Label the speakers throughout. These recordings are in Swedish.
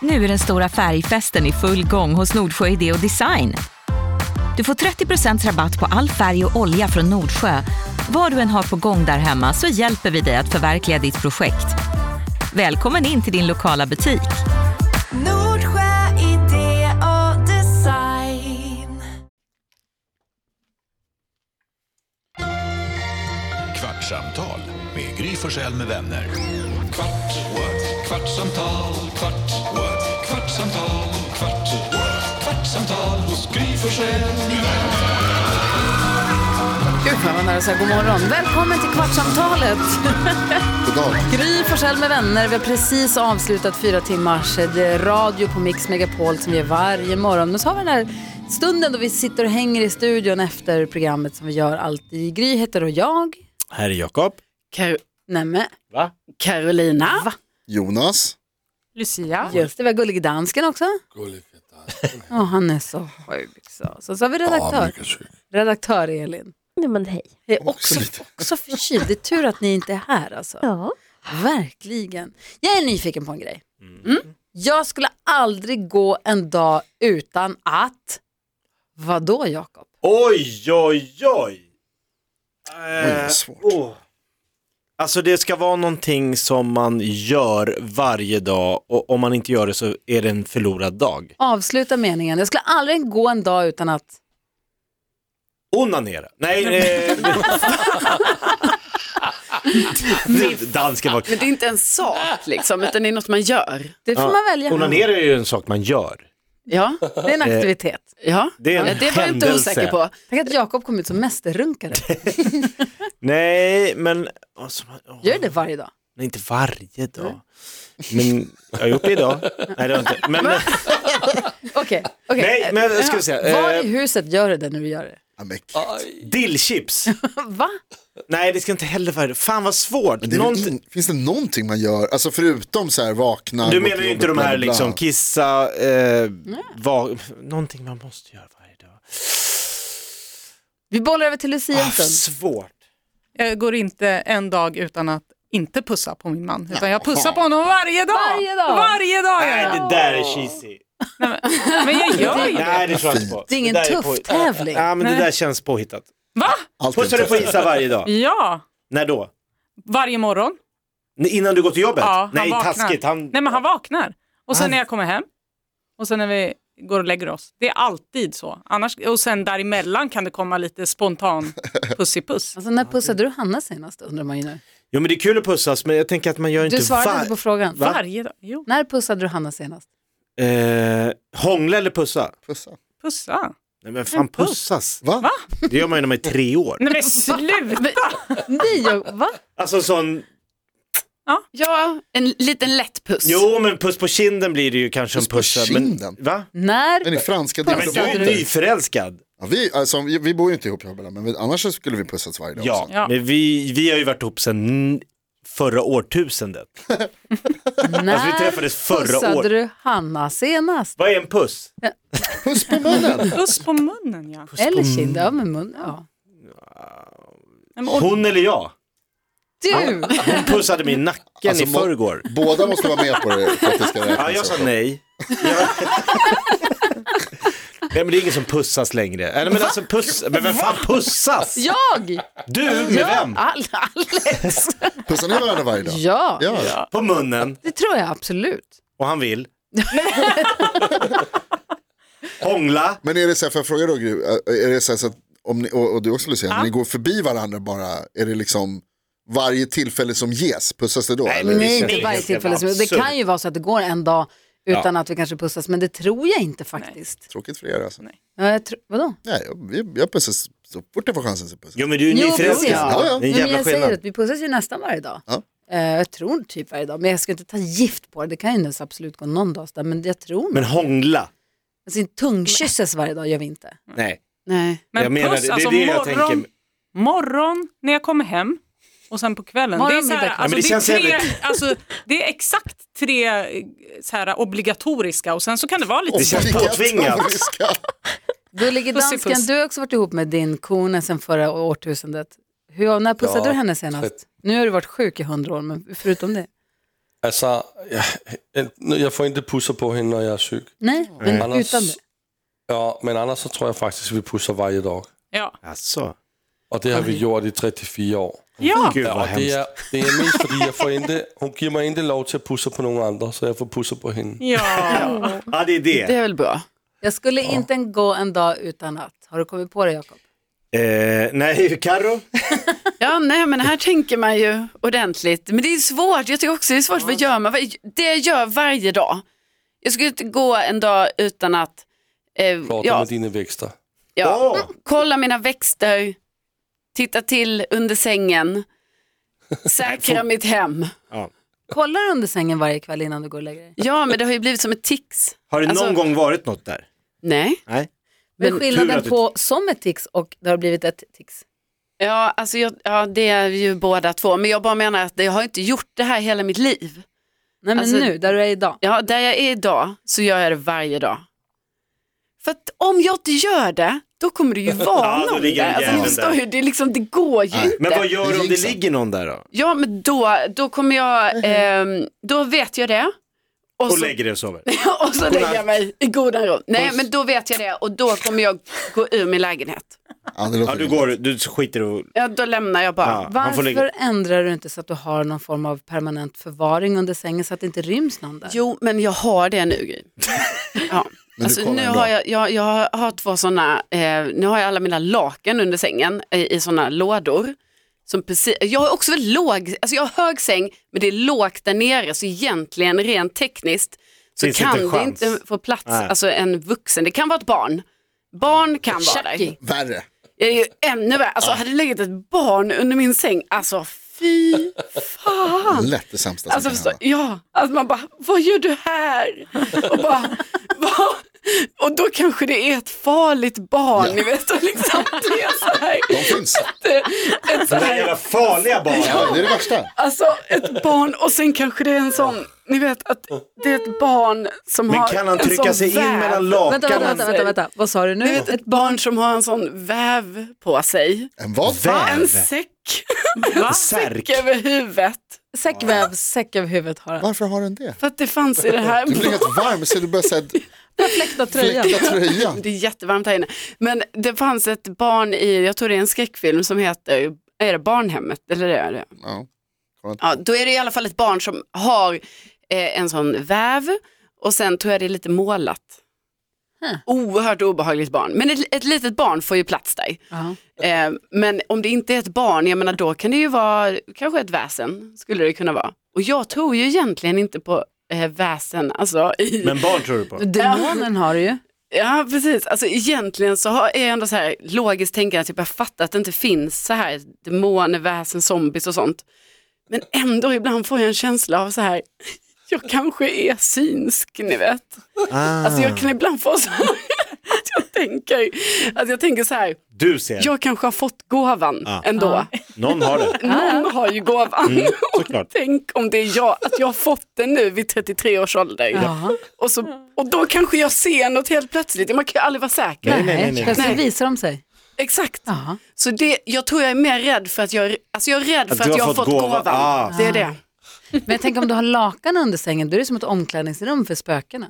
Speaker 1: Nu är den stora färgfesten i full gång hos Nordsjö Idé och Design. Du får 30% rabatt på all färg och olja från Nordsjö. Vad du än har på gång där hemma så hjälper vi dig att förverkliga ditt projekt. Välkommen in till din lokala butik.
Speaker 2: Nordsjö idé och design.
Speaker 3: Kvartsamtal med Gry Forssell med vänner. Kvart, what? kvartsamtal, kvart, what? kvartsamtal, kvart, what? kvartsamtal hos Gry Forssell med vänner.
Speaker 4: Gud vad jag var nära att säga god morgon. Välkommen till Kvartsamtalet. Gry Forssell med vänner. Vi har precis avslutat fyra timmars eh, radio på Mix Megapol som vi gör varje morgon. Men så har vi den här stunden då vi sitter och hänger i studion efter programmet som vi gör alltid. Gry heter och jag.
Speaker 5: Här är Jakob.
Speaker 4: Kar- Nämen.
Speaker 5: Va?
Speaker 4: Carolina. Va?
Speaker 6: Jonas.
Speaker 4: Lucia. Just det, vi har Gullig Dansken också. Åh, han är så sjuk. Så, så, så har vi redaktör. redaktör Elin.
Speaker 7: Nej men hej.
Speaker 4: Jag är också, också förkyld. Det är tur att ni inte är här alltså.
Speaker 7: Ja.
Speaker 4: Verkligen. Jag är nyfiken på en grej. Mm. Jag skulle aldrig gå en dag utan att... Vadå Jakob?
Speaker 5: Oj, oj, oj. Eh,
Speaker 6: vad svårt.
Speaker 5: åh. Alltså det ska vara någonting som man gör varje dag och om man inte gör det så är det en förlorad dag.
Speaker 4: Avsluta meningen. Jag skulle aldrig gå en dag utan att...
Speaker 5: Onanera. Nej, eh, dansken var...
Speaker 8: Men det är inte en sak liksom, utan det är något man gör.
Speaker 4: Det får man välja.
Speaker 5: Onanera är ju en sak man gör.
Speaker 8: Ja,
Speaker 4: Det är en aktivitet.
Speaker 8: ja.
Speaker 5: Det är en
Speaker 8: ja, det var jag inte
Speaker 5: händelse.
Speaker 8: osäker på.
Speaker 4: Tänk att Jakob kom ut som mästerrunkare.
Speaker 5: Nej, men... Alltså, man- åh.
Speaker 4: Gör det varje dag.
Speaker 5: Nej, inte varje dag. Men jag har gjort det idag. Nej, det har jag inte. Men,
Speaker 4: Okej. okej.
Speaker 5: Nej, men jag ska vi se.
Speaker 4: Var
Speaker 5: Eh,
Speaker 4: i huset gör du det när du gör det?
Speaker 6: Ja, men,
Speaker 5: dillchips.
Speaker 4: Va?
Speaker 5: Nej, det ska inte heller vara det. Fan vad svårt.
Speaker 6: det är väl
Speaker 5: Någonting...
Speaker 6: in, finns det någonting man gör, alltså förutom så här vakna?
Speaker 5: Du
Speaker 6: gå
Speaker 5: menar
Speaker 6: till
Speaker 5: ju inte
Speaker 6: jobbet,
Speaker 5: de här
Speaker 6: bla, bla, bla.
Speaker 5: liksom kissa, eh, va... någonting man måste göra varje dag.
Speaker 4: Vi bollar över till Lucia en
Speaker 5: Ah,
Speaker 4: stund.
Speaker 5: svårt.
Speaker 9: Jag går inte en dag utan att inte pussa på min man. Utan jag pussar på honom varje dag.
Speaker 4: Varje dag.
Speaker 9: Varje dag gör
Speaker 5: Nej,
Speaker 9: jag.
Speaker 5: det där är cheesy.
Speaker 9: Men jag gör ju det.
Speaker 5: Nej, det tror jag inte på.
Speaker 4: Det är ingen
Speaker 5: där
Speaker 4: tuff
Speaker 5: på-
Speaker 4: tävling.
Speaker 5: Ja, men det där känns påhittat.
Speaker 9: Va?
Speaker 6: Allt är
Speaker 5: Pussar du på
Speaker 6: tufft.
Speaker 5: Isa varje
Speaker 9: Mm.
Speaker 5: dag?
Speaker 9: Ja.
Speaker 5: När då?
Speaker 9: Varje morgon.
Speaker 5: N- Innan du går till jobbet?
Speaker 9: Ja, han
Speaker 5: Nej,
Speaker 9: vaknar.
Speaker 5: taskigt. Han...
Speaker 9: Nej men han vaknar. Och sen
Speaker 5: Han-
Speaker 9: när jag kommer hem. Och sen när vi går och lägger oss. Det är alltid så. Annars, och sen däremellan kan det komma lite spontan pussipuss.
Speaker 4: Alltså när pussade du Hanna senast undrar man ju nu.
Speaker 5: Jo, men det är kul att pussas, men jag tänker att man gör inte...
Speaker 4: Du svarade
Speaker 5: var-
Speaker 4: inte på frågan.
Speaker 5: Va?
Speaker 9: Varje dag. Jo,
Speaker 4: När pussade du Hanna senast?
Speaker 5: Eh, hångla eller pussa?
Speaker 6: Pussa.
Speaker 9: pussa.
Speaker 5: Nej men fan
Speaker 9: puss.
Speaker 5: pussas.
Speaker 6: Va?
Speaker 5: Det gör man ju när man är tre år.
Speaker 9: Nej men sluta.
Speaker 4: Nej, jag, va?
Speaker 5: Alltså sån,
Speaker 8: Ja, en liten lätt puss.
Speaker 5: jo men puss på kinden blir det ju kanske
Speaker 6: Puss
Speaker 5: en
Speaker 6: på
Speaker 5: pussa.
Speaker 6: kinden?
Speaker 5: Men, va?
Speaker 4: När?
Speaker 6: Men i franska
Speaker 4: Nej,
Speaker 5: Men du
Speaker 4: Pussade
Speaker 5: Alltså, är ju
Speaker 4: du?
Speaker 5: nyförälskad.
Speaker 6: Ja, vi, alltså, vi, vi bor ju inte ihop jag och Bella, men vi, annars så skulle vi pussats varje dag
Speaker 5: Ja,
Speaker 6: också.
Speaker 9: Ja.
Speaker 5: men vi, vi har ju varit ihop sedan förra årtusendet.
Speaker 4: När
Speaker 5: Alltså vi träffades förra
Speaker 4: pussade
Speaker 5: året.
Speaker 4: du Hanna senast?
Speaker 5: Vad är en puss?
Speaker 6: Puss på munnen!
Speaker 9: Puss på munnen ja.
Speaker 4: Eller kinden? Ja, men mun. Ja.
Speaker 9: Nej, men, och,
Speaker 5: Hon eller jag?
Speaker 4: Du!
Speaker 5: Hon pussade min i nacken
Speaker 6: Alltså,
Speaker 5: i
Speaker 6: må-
Speaker 5: förrgår.
Speaker 6: Båda måste vara med på det för att det ska räknas.
Speaker 5: Ja, jag sa
Speaker 6: också.
Speaker 5: nej. Jag... Nej men det är ingen som pussas längre. Eller men alltså puss, men vem fan pussas?
Speaker 4: Jag!
Speaker 5: Du med vem?
Speaker 4: Alla, Alex!
Speaker 6: Pussar ni varandra varje dag?
Speaker 4: Ja,
Speaker 6: Ja.
Speaker 5: På munnen.
Speaker 4: det tror jag absolut.
Speaker 5: Och han vill. Hångla.
Speaker 6: Men är det så här, får jag fråga då Gry, är det så, här, så att, om ni, och, och du också Lucia, när ni går förbi varandra bara, är det liksom varje tillfälle som ges, pussas det då? eller?
Speaker 4: Nej, inte
Speaker 5: känns
Speaker 4: varje
Speaker 5: helt
Speaker 4: tillfälle. Som, det
Speaker 5: absurt.
Speaker 4: kan ju vara så att det går en dag utan att vi kanske pussas, men det tror jag inte faktiskt.
Speaker 6: Tråkigt för er alltså. Nej,
Speaker 4: Ja, jag tror- vadå?
Speaker 6: jag, vi- jag pussas så fort jag får chansen så pussas jag.
Speaker 5: Jo men du är
Speaker 4: Jo,
Speaker 5: nyförälskad.
Speaker 4: precis.
Speaker 6: Ja, ja.
Speaker 5: Det är
Speaker 4: Nej,
Speaker 5: en
Speaker 4: men
Speaker 5: jävla
Speaker 4: jag säger
Speaker 5: skillnad.
Speaker 4: att vi pussas ju nästan varje dag.
Speaker 6: Ja.
Speaker 4: Eh, jag tror typ varje dag, men jag ska inte ta gift på det. Det kan ju ens absolut gå någon dag, sådär, men jag tror
Speaker 5: Men
Speaker 4: men...
Speaker 5: hångla.
Speaker 4: alltså, en tungkysses varje dag gör vi inte.
Speaker 5: Nej.
Speaker 8: Nej.
Speaker 9: men
Speaker 5: jag menar,
Speaker 9: puss,
Speaker 5: det- det är
Speaker 9: alltså
Speaker 5: det jag
Speaker 9: morgon,
Speaker 5: tänker.
Speaker 9: morgon när jag kommer hem och sen på kvällen.
Speaker 4: Morgon,
Speaker 9: det, är så
Speaker 4: middag,
Speaker 9: här,
Speaker 4: kväll.
Speaker 9: alltså,
Speaker 5: Ja, men det
Speaker 9: det,
Speaker 5: känns
Speaker 9: är tre,
Speaker 5: jävligt-
Speaker 9: alltså, det är exakt tre eh, så här, obligatoriska och sen så kan det vara lite...
Speaker 5: Det känns påtvingat.
Speaker 6: Obligatoriska.
Speaker 4: Gullige
Speaker 9: Puss i
Speaker 4: dansken,
Speaker 9: puss.
Speaker 4: du har också varit ihop med din kone sedan förra årtusendet. Hur, när pussade du henne senast? Nu har du varit sjuk i hundra år, men förutom det.
Speaker 8: Alltså, jag, jag får inte pussa på henne när jag är sjuk.
Speaker 10: Nej,
Speaker 8: Mm.
Speaker 10: men utan det.
Speaker 8: ja, men annars så tror jag faktiskt vi pussar varje dag.
Speaker 9: Ja.
Speaker 5: Alltså.
Speaker 8: Och det har vi gjort i 34 år.
Speaker 9: Ja.
Speaker 5: Gud
Speaker 8: Ja,
Speaker 5: vad
Speaker 8: och det,
Speaker 5: hemskt.
Speaker 8: är, det är mest fordi, jag får inte, hon ger mig inte lov till att pussa på någon annan, så jag får pussa på henne.
Speaker 9: ja.
Speaker 5: Ja, det är
Speaker 4: Det
Speaker 5: det.
Speaker 4: är väl bra.
Speaker 10: Jag skulle inte en gå en dag utan att. Har du kommit på det Jakob?
Speaker 5: Eh, nej, Carro?
Speaker 4: Ja, nej, men här tänker man ju ordentligt. Men det är svårt. Jag tycker också det är svårt. Vad gör man? Vad- Det jag gör varje dag. Jag skulle inte gå en dag utan att eh,
Speaker 8: Prata
Speaker 4: ja,
Speaker 8: med dina växter.
Speaker 4: ja,
Speaker 5: Åh.
Speaker 4: kolla mina växter, titta till under sängen, säkra mitt hem.
Speaker 10: Kollar du under sängen varje kväll innan du går och lägger dig?
Speaker 4: Ja, men det har ju blivit som ett tics.
Speaker 5: Har det någon
Speaker 4: Alltså-
Speaker 5: gång varit något där?
Speaker 4: Nej.
Speaker 5: Nej.
Speaker 10: Men
Speaker 5: tur
Speaker 10: skillnaden
Speaker 5: att du-
Speaker 10: på som ett tics och det har blivit ett tics.
Speaker 4: Ja, alltså jag, ja, det är ju båda två. Men jag bara menar att jag har inte gjort det här hela mitt liv.
Speaker 10: Nej men
Speaker 4: Alltså-
Speaker 10: nu, där du är idag.
Speaker 4: Ja, där jag är idag så gör jag det varje dag. För att om jag inte gör det, då kommer det ju vara
Speaker 5: Ja, då
Speaker 4: någon
Speaker 5: ligger
Speaker 4: där.
Speaker 5: den
Speaker 4: Alltså, ni
Speaker 5: jäveln
Speaker 4: förstår
Speaker 5: där.
Speaker 4: ju, det, är liksom, det går ju inte.
Speaker 5: Men vad gör du om det
Speaker 6: Jinxen.
Speaker 5: ligger någon där då?
Speaker 4: Ja, men då, då kommer jag,
Speaker 10: Mhm.
Speaker 4: ehm, då vet jag det. Och,
Speaker 5: Och
Speaker 4: så,
Speaker 5: lägger dig och sover?
Speaker 4: och så lägger jag mig i goda ro. Nej, men då vet jag det och då kommer jag gå ur min lägenhet.
Speaker 6: Ja, det låter
Speaker 5: Ja, du
Speaker 6: rimligt.
Speaker 5: går, du skiter och...
Speaker 4: Ja, då lämnar jag bara.
Speaker 5: Ja, han får
Speaker 10: Varför
Speaker 5: ligga.
Speaker 10: ändrar du inte så att du har någon form av permanent förvaring under sängen så att det inte ryms någon där?
Speaker 4: Jo, men jag har det nu. Gry. Ja.
Speaker 6: du
Speaker 4: Alltså,
Speaker 6: kollar
Speaker 4: nu
Speaker 6: ändå.
Speaker 4: har jag, jag, jag har- har två sådana, eh, nu har jag alla mina lakan under sängen eh, i sådana lådor. Som precis, jag har också väldigt låg, alltså jag har hög säng men det är lågt där nere så egentligen rent tekniskt så
Speaker 5: Finns det
Speaker 4: kan
Speaker 5: inte en
Speaker 4: det
Speaker 5: chans?
Speaker 4: inte få plats,
Speaker 5: Nej.
Speaker 4: alltså en vuxen, det kan vara ett barn. Barn kan vara där.
Speaker 6: Värre.
Speaker 4: Jag är ju ännu värre, alltså hade det legat ett barn under min säng, alltså fy fan.
Speaker 6: Lätt det sämsta som
Speaker 4: Alltså,
Speaker 6: kan
Speaker 4: förstå,
Speaker 6: hända.
Speaker 4: ja, att man bara, vad gör du här? Och, bara, "Va?" och då kanske det är ett farligt barn,
Speaker 6: Ja.
Speaker 4: ni vet, och liksom, det är så här,
Speaker 6: De finns.
Speaker 4: ett, ett så
Speaker 5: Det där
Speaker 4: här,
Speaker 5: jävla farliga barn.
Speaker 6: Ja, det är det värsta.
Speaker 4: alltså ett barn och sen kanske det är en sån, ni vet att det är ett barn som
Speaker 5: Men
Speaker 4: har
Speaker 5: kan han
Speaker 4: en
Speaker 5: trycka
Speaker 4: sån
Speaker 5: sig in
Speaker 4: väv.
Speaker 5: mellan
Speaker 10: Vänta, vänta,
Speaker 5: lakanen?
Speaker 10: vänta, vänta, vänta, vad sa du nu?
Speaker 4: Ni vet ett barn som har en sån väv på sig,
Speaker 6: En vad?
Speaker 5: Väv.
Speaker 4: en säck
Speaker 5: Särk.
Speaker 4: över huvudet.
Speaker 10: Säckväv, säck över huvudet har han.
Speaker 6: Varför har den det?
Speaker 4: För att det fanns i det här
Speaker 6: Du blir helt varm så du börjar säga
Speaker 10: Fläkta tröjan.
Speaker 6: fläkta tröjan.
Speaker 4: Det är jättevarmt här inne. Men det fanns ett barn i, jag tror det är en skräckfilm som heter, är det Barnhemmet? Eller är det?
Speaker 6: Ja.
Speaker 4: Ja, då är det i alla fall ett barn som har eh, en sån väv och sen tror jag det är lite målat. Oerhört obehagligt barn. Men ett, ett litet barn får ju plats där.
Speaker 10: Ja.
Speaker 4: Eh, men om det inte är ett barn, jag menar då kan det ju vara kanske ett väsen, skulle det kunna vara. Och jag tror ju egentligen inte på eh, väsen, alltså i
Speaker 5: Men barn tror du på?
Speaker 10: Demonen har du ju.
Speaker 4: Ja, precis. Alltså, egentligen så har, är jag ändå så här logiskt tänkande, typ, jag fattar att det inte finns så här demoner, väsen, zombies och sånt. Men ändå ibland får jag en känsla av så här, jag kanske är synsk, ni vet. Alltså
Speaker 5: Ah.
Speaker 4: jag kan ibland få så här, att jag tänker, att jag tänker så här,
Speaker 5: Du ser.
Speaker 4: jag kanske har fått gåvan
Speaker 5: Ja.
Speaker 4: ändå.
Speaker 5: Någon har det.
Speaker 4: Någon har ju gåvan.
Speaker 5: Mm, såklart.
Speaker 4: och tänk om det är jag, att jag har fått den nu vid 33 års ålder.
Speaker 10: Ja.
Speaker 4: Och, så, och då kanske jag ser något helt plötsligt. Man kan ju aldrig vara säker.
Speaker 5: Nej, nej, nej, nej.
Speaker 10: Plötsligt
Speaker 4: Nej.
Speaker 10: visar de sig.
Speaker 4: Exakt.
Speaker 10: Ja.
Speaker 4: Så det, jag tror jag är mer rädd för att jag, alltså jag är rädd
Speaker 5: Att
Speaker 4: för att
Speaker 5: du har
Speaker 4: jag har
Speaker 5: fått
Speaker 4: fått
Speaker 5: gåva.
Speaker 4: gåvan.
Speaker 5: Ah.
Speaker 4: Det är det.
Speaker 10: Men jag tänker om du har lakan under sängen, då är det som ett omklädningsrum för spökena.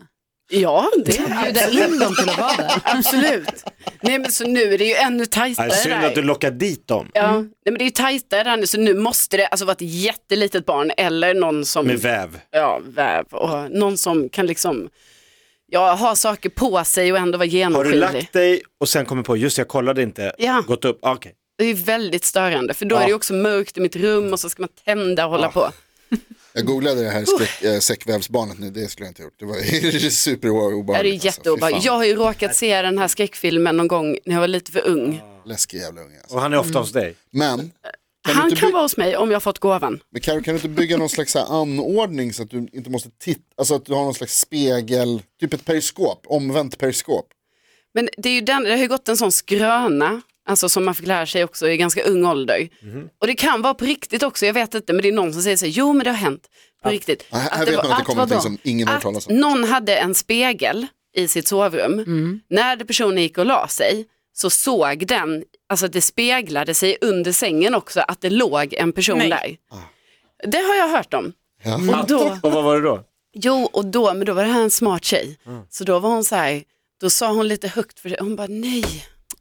Speaker 4: Ja, det är
Speaker 10: Bjuda in dem till att vara där.
Speaker 4: absolut. Nej men så nu är det ju ännu tajtare
Speaker 5: Nej, synd
Speaker 4: där.
Speaker 5: att du lockar dit dem.
Speaker 4: Ja, nej, men det är ju tajtare där nu så nu måste det alltså vara ett jättelitet barn eller någon som
Speaker 5: Med väv.
Speaker 4: ja, väv och någon som kan liksom ja, ha saker på sig och ändå vara
Speaker 5: Har du
Speaker 4: genomskinlig.
Speaker 5: lagt dig och sen kommer på, just jag kollade inte,
Speaker 4: Ja.
Speaker 5: gått upp, ah, okej.
Speaker 4: Det är ju väldigt störande för då
Speaker 5: Ja.
Speaker 4: är det ju också mörkt i mitt rum och så ska man tända och hålla på.
Speaker 6: Jag googlade det här skräck, äh, säckvävsbarnet nu, det skulle jag inte gjort. Det var superobehagligt.
Speaker 4: Ja, det är
Speaker 6: alltså. Fy
Speaker 4: jätteobehagligt. Jag
Speaker 6: fan,
Speaker 4: har ju råkat se den här skräckfilmen någon gång när jag var lite för ung.
Speaker 6: Läskig jävla unge. Alltså.
Speaker 5: Och han är
Speaker 8: Mm.
Speaker 5: ofta hos dig.
Speaker 6: Men, kan du
Speaker 4: Han
Speaker 6: inte
Speaker 4: kan
Speaker 6: by-
Speaker 4: vara hos mig om jag har fått gåvan.
Speaker 6: men Karo, kan du inte bygga någon slags så här anordning så att du inte måste titta, alltså att du har någon slags spegel, typ ett periskop, omvänt periskop.
Speaker 4: Men det, är ju den, det har ju gått en sån skröna, alltså som man fick lära sig också i ganska ung ålder.
Speaker 6: Mhm.
Speaker 4: Och det kan vara på riktigt också, jag vet inte, men det är någon som säger så här, jo men det har hänt på riktigt.
Speaker 6: Ja, här
Speaker 4: Att
Speaker 6: här
Speaker 4: det
Speaker 6: vet
Speaker 4: var-
Speaker 6: man att det
Speaker 4: att
Speaker 6: kommer någonting
Speaker 10: vadå?
Speaker 6: som ingen har hört talas
Speaker 4: att
Speaker 6: om.
Speaker 4: någon hade en spegel i sitt sovrum. När det personen gick och la sig så såg den, alltså att det speglade sig under sängen också, att det låg en person
Speaker 6: Ah.
Speaker 9: Nej.
Speaker 4: där. Det har jag hört om.
Speaker 8: Och då,
Speaker 5: Och vad var det då?
Speaker 8: jo, och då, men då var det här en smart tjej.
Speaker 6: Mm.
Speaker 8: Så då var hon så här, då sa hon lite högt för sig, hon bara nej,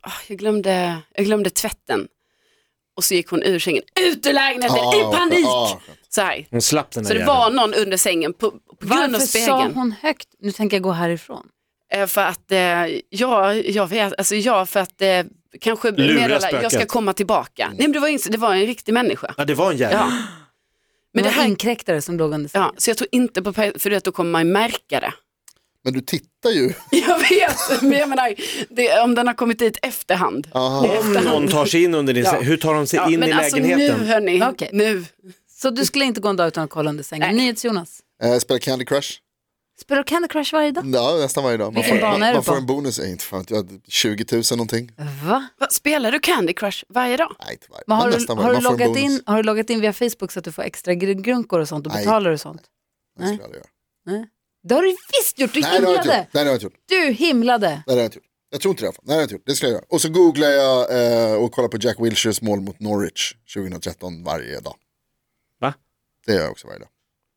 Speaker 8: ah, jag, glömde, jag glömde tvätten. Och så gick hon ur sängen, ut ur lägenheten,
Speaker 6: Ah,
Speaker 8: i panik!
Speaker 6: ah.
Speaker 8: Så, här.
Speaker 5: Hon slapp den där
Speaker 8: så det var någon under sängen på, på grund av
Speaker 4: Varför sa
Speaker 8: spegeln.
Speaker 4: hon högt? Nu tänker jag gå härifrån.
Speaker 8: Eh, För att, eh, ja, jag vet, alltså jag för att eh, kanske
Speaker 5: Lura
Speaker 8: meddela, jag ska
Speaker 5: spöket. Mm.
Speaker 8: komma tillbaka. Nej men det var, inte, det var en riktig människa.
Speaker 5: Ja, det var en jävel.
Speaker 8: Ja.
Speaker 4: Men
Speaker 8: Men
Speaker 4: det
Speaker 8: det
Speaker 4: var
Speaker 8: här,
Speaker 4: inkräktare som låg under sängen.
Speaker 8: ja, så jag tror inte på, pe- för du vet då kommer man ju märka det.
Speaker 6: Men du tittar ju.
Speaker 8: Jag vet, men jag menar det, om den har kommit dit efterhand.
Speaker 6: Aha.
Speaker 5: Om någon tar sig in under din
Speaker 8: Ja.
Speaker 5: säng, hur tar de sig
Speaker 8: Ja,
Speaker 5: in
Speaker 8: men
Speaker 5: i
Speaker 8: alltså
Speaker 5: lägenheten?
Speaker 8: nu hörni,
Speaker 4: Okej.
Speaker 8: nu.
Speaker 4: Så du skulle inte gå en dag utan att kolla under sängen. NyhetsJonas,
Speaker 6: Eh, spelar Candy Crush?
Speaker 4: spelar du Candy Crush varje dag?
Speaker 6: Ja, nästan varje dag. Man
Speaker 4: Vilken
Speaker 6: får,
Speaker 4: bana
Speaker 6: man,
Speaker 4: är du
Speaker 6: man får
Speaker 4: på?
Speaker 6: en bonus, eh, inte fan, vet jag, 20 000 någonting.
Speaker 4: Va?
Speaker 8: Va, spelar du Candy Crush varje dag?
Speaker 6: Nej, inte varje.
Speaker 4: Men har, du,
Speaker 6: nästan varje.
Speaker 4: har, du
Speaker 6: Man får en
Speaker 4: loggat
Speaker 6: bonus.
Speaker 4: in, har du loggat in via Facebook så att du får extra gr- grunkor och sånt och
Speaker 6: Nej.
Speaker 4: betalar och sånt?
Speaker 6: Nej, det skulle jag aldrig göra.
Speaker 4: Det har du visst gjort, du
Speaker 6: Nej, det har jag inte gjort.
Speaker 4: himlade!
Speaker 6: Nej, det har jag inte gjort.
Speaker 4: Du himlade!
Speaker 6: Nej, det har jag inte gjort. Jag tror inte det i alla fall. Nej, det har jag inte gjort. Det ska jag göra. Och så googlar jag eh, och kollar på Jack Wilshires mål mot Norwich 2013 varje dag.
Speaker 5: Va?
Speaker 6: Det gör jag också varje dag.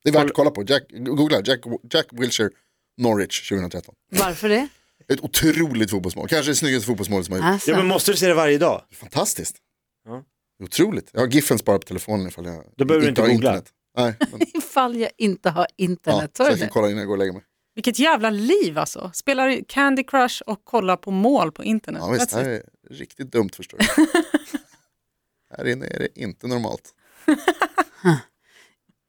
Speaker 6: Det är värt att kolla på. Jack, googla Jack, Jack Wilshire Norwich 2013.
Speaker 4: Varför det?
Speaker 6: Ett otroligt fotbollsmål. Kanske det snyggaste fotbollsmålet som har gjorts.
Speaker 4: Alltså.
Speaker 5: Ja, men måste du se det varje dag?
Speaker 4: Ah.
Speaker 6: Fantastiskt.
Speaker 5: Ja.
Speaker 6: Otroligt. Jag har giffen sparat på telefonen ifall jag
Speaker 5: Då behöver du inte
Speaker 6: har
Speaker 5: googla.
Speaker 6: internet. Nej, men,
Speaker 4: Ifall jag inte har
Speaker 6: ja,
Speaker 4: internet,
Speaker 6: så
Speaker 4: så är
Speaker 6: jag kan
Speaker 4: det.
Speaker 6: kolla innan jag går och lägger mig.
Speaker 9: Vilket jävla liv alltså. Spelar Candy Crush och kollar på mål på internet.
Speaker 6: Ja, visst, det
Speaker 9: That's
Speaker 6: här
Speaker 9: it.
Speaker 6: är riktigt dumt förstår du. här inne är det inte normalt.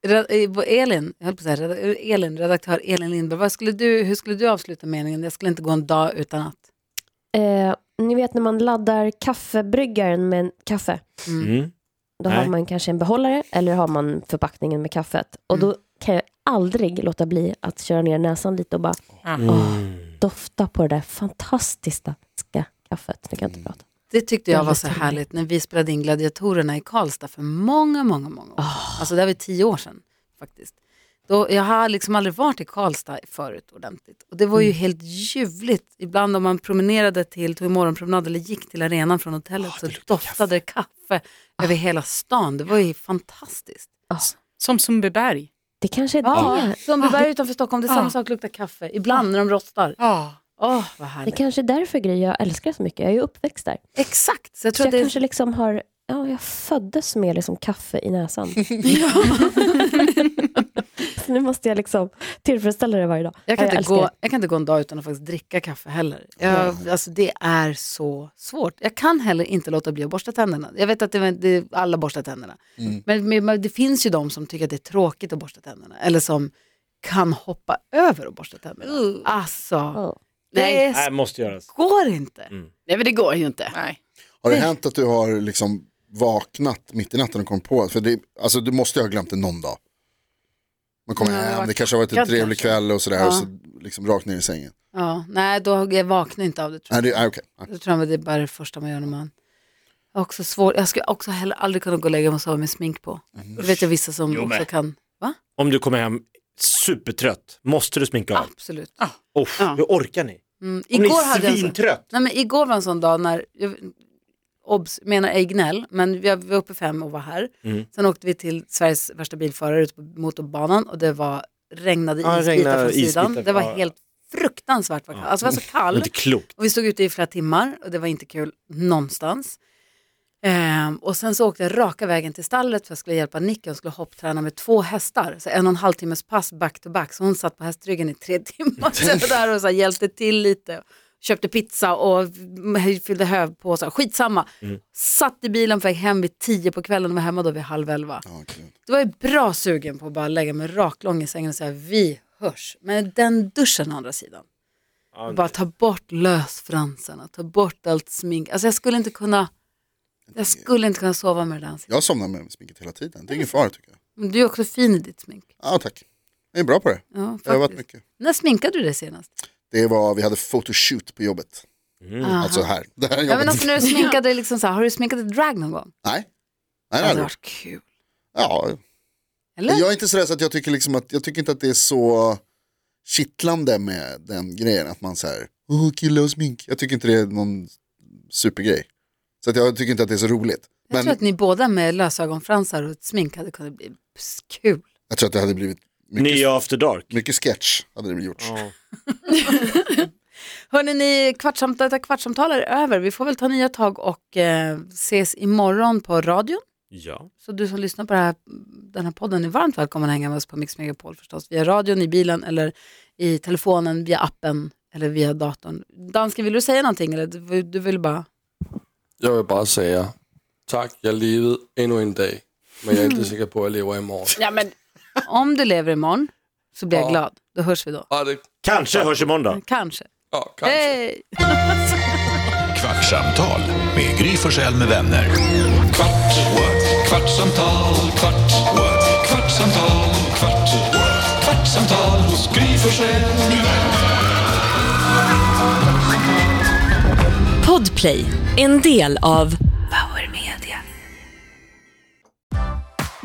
Speaker 4: Re- eh, Elin, jag höll på att säga, reda- Elin, redaktör Elin Lindberg, vad skulle du, hur skulle du avsluta meningen? Jag skulle inte gå en dag utan att.
Speaker 11: Eh, ni vet när man laddar kaffebryggaren med en kaffe.
Speaker 5: Mm.
Speaker 11: Då
Speaker 5: Nej.
Speaker 11: har man kanske en behållare eller har man förpackningen med kaffet. Och då kan jag aldrig låta bli att köra ner näsan lite och bara åh, dofta på det där fantastiska kaffet. Nu kan jag inte prata.
Speaker 4: Det tyckte jag var
Speaker 11: Väldigt
Speaker 4: så
Speaker 11: trevligt.
Speaker 4: härligt när vi spelade in Gladiatorerna i Karlstad för många, många, många år sedan. Alltså det här var tio år sedan faktiskt. Då, jag har liksom aldrig varit i Karlstad förut ordentligt. Och det var ju helt ljuvligt. Ibland om man promenerade till, tog en morgonpromenad eller gick till arenan från hotellet så doftade det kaffe Ah. över hela stan. Det var ju fantastiskt.
Speaker 9: Som Sundbyberg.
Speaker 11: Det kanske är
Speaker 4: Ja,
Speaker 11: det.
Speaker 4: Sundbyberg utanför Stockholm, det är samma
Speaker 9: Ah.
Speaker 4: sak, luktar kaffe. Ibland när de rostar.
Speaker 9: Ja.
Speaker 4: Åh, vad
Speaker 11: Det
Speaker 4: härligt.
Speaker 11: kanske är därför Gry jag älskar det så mycket. Jag är ju uppväxt där.
Speaker 4: Exakt, så jag
Speaker 11: Så
Speaker 4: tror
Speaker 11: jag
Speaker 4: att det är
Speaker 11: kanske liksom har, ja, jag föddes med liksom kaffe i näsan. så nu måste jag liksom tillfreställa det varje dag.
Speaker 4: Jag kan,
Speaker 11: Ja,
Speaker 4: inte
Speaker 11: älskar
Speaker 4: gå,
Speaker 11: det.
Speaker 4: jag kan inte gå en dag utan att faktiskt dricka kaffe heller. Jag, alltså, det är så svårt. Jag kan heller inte låta bli att borsta tänderna. Jag vet att det, var- det, alla borstar tänderna. Men, men, men det finns ju de som tycker att det är tråkigt att borsta tänderna. Eller som kan hoppa över att borsta tänderna. Alltså,
Speaker 11: Ja.
Speaker 4: det
Speaker 8: Nej.
Speaker 4: är-
Speaker 5: Nej, måste göras.
Speaker 4: går inte.
Speaker 8: Nej men det går ju inte.
Speaker 9: Nej.
Speaker 6: Har det hänt att du har liksom vaknat mitt i natten och kommit på, för det, alltså du måste ju ha glömt det någon dag. Man kommer hem, det kanske har varit en
Speaker 4: taggad
Speaker 6: trevlig
Speaker 4: kanske.
Speaker 6: kväll och sådär,
Speaker 4: Ja.
Speaker 6: och så liksom rakt ner i sängen.
Speaker 4: Ja, nej, då jag vaknar inte av det. Tror jag.
Speaker 6: Nej, det, nej, okej. Nej.
Speaker 4: Jag tror att det är bara det första man gör när man... Jag, har också svår, jag skulle också heller aldrig kunna gå och lägga mig och sova med smink på. Det vet jag vissa som
Speaker 5: Mm. Jo, men.
Speaker 4: också kan. Va?
Speaker 5: Om du kommer hem supertrött, måste du sminka av?
Speaker 4: Absolut.
Speaker 5: Oh,
Speaker 8: Ja.
Speaker 5: Hur orkar ni?
Speaker 4: Mm.
Speaker 5: Om
Speaker 4: Igår
Speaker 5: ni
Speaker 4: hade
Speaker 5: är
Speaker 4: jag en sån,
Speaker 5: svintrött.
Speaker 4: nej men igår var en sån dag när, jag, obs, menar ej gnäll, men jag var uppe fem och var här.
Speaker 5: Mm.
Speaker 4: Sen åkte vi till Sveriges värsta bilförare ute på motorbanan och det var, regnade
Speaker 5: Ja, det
Speaker 4: isbitar
Speaker 5: regnade
Speaker 4: från sidan.
Speaker 5: isbitar,
Speaker 4: det var
Speaker 5: ja.
Speaker 4: helt fruktansvärt var Alltså det var så kallt.
Speaker 5: Inte klokt.
Speaker 4: Och vi stod ute i flera timmar och det var inte kul någonstans. Ehm, och sen så åkte jag raka vägen till stallet för att jag skulle hjälpa Nick, hon skulle hoppträna med två hästar. Så en och en halv timmes pass back to back, så hon satt på hästryggen i tre timmar. Så jag var där och så här, hjälpte till lite, köpte pizza och fyllde hövpåsar, skitsamma. Satt i bilen, fick hem vid tio på kvällen och var hemma då vid halv elva.
Speaker 6: Ja, gud.
Speaker 4: Då var jag bra sugen på att bara lägga mig raklång i sängen och säga vi hörs. Men den duschen å andra sidan. Och bara ta bort lösfransarna, ta bort allt smink. Alltså jag skulle inte kunna, jag skulle inte kunna sova med det där ansiktet.
Speaker 6: Jag somnar med sminket hela tiden, det är ingen fara tycker jag.
Speaker 4: Men du är också fin i ditt smink.
Speaker 6: Ja, tack. Jag är bra på det,
Speaker 4: Ja,
Speaker 6: jag har varit
Speaker 4: faktiskt.
Speaker 6: mycket.
Speaker 4: När sminkade du dig senast?
Speaker 6: Det var, vi hade photoshoot på jobbet,
Speaker 4: Aha.
Speaker 6: alltså här. Det här är
Speaker 4: ja,
Speaker 6: jobbet.
Speaker 4: men alltså när du sminkade dig liksom så här, har du sminkat ett drag någon gång?
Speaker 6: Nej,
Speaker 4: Det
Speaker 6: nej, nej,
Speaker 4: hade
Speaker 6: nej.
Speaker 4: varit kul.
Speaker 6: Ja,
Speaker 4: Eller?
Speaker 6: Jag är inte sådär så att jag tycker liksom att jag tycker inte att det är så kittlande med den grejen att man såhär, åh kille och smink. Jag tycker inte det är någon supergrej. Så att jag tycker inte att det är så roligt.
Speaker 4: jag
Speaker 6: Men
Speaker 4: tror att ni båda med lösögonfransar och ett smink hade kunnat bli kul.
Speaker 6: Jag tror att det hade blivit mycket,
Speaker 5: Nya After Dark.
Speaker 6: mycket sketch. Hade det blivit gjort.
Speaker 4: Hörrni, ni, kvartsamt, detta kvartssamtal är över. Vi får väl ta nya tag och eh, ses imorgon på radion.
Speaker 5: Ja.
Speaker 4: Så du som lyssnar på det här, den här podden är varmt välkommen att hänga med oss på Mix Megapol förstås. Via radion, i bilen eller i telefonen, via appen eller via datorn. Dansken, vill du säga någonting eller du, du vill bara...
Speaker 7: Jag vill bara säga, tack, jag levde ännu en dag. Men jag är inte säker på att jag lever imorgon.
Speaker 4: Ja, men... Om du lever imorgon så blir jag
Speaker 7: Ja.
Speaker 4: glad. Då hörs vi då.
Speaker 7: Ja, det...
Speaker 5: Kanske hörs imorgon då.
Speaker 4: Kanske.
Speaker 7: Ja,
Speaker 4: Hej!
Speaker 3: Kvartsamtal med Gry Forssell med vänner. Kvart, what? kvartsamtal, kvart, what? kvartsamtal, kvart, what? kvartsamtal hos Gry Forssell med vänner.
Speaker 12: Podplay, en del av Power Media.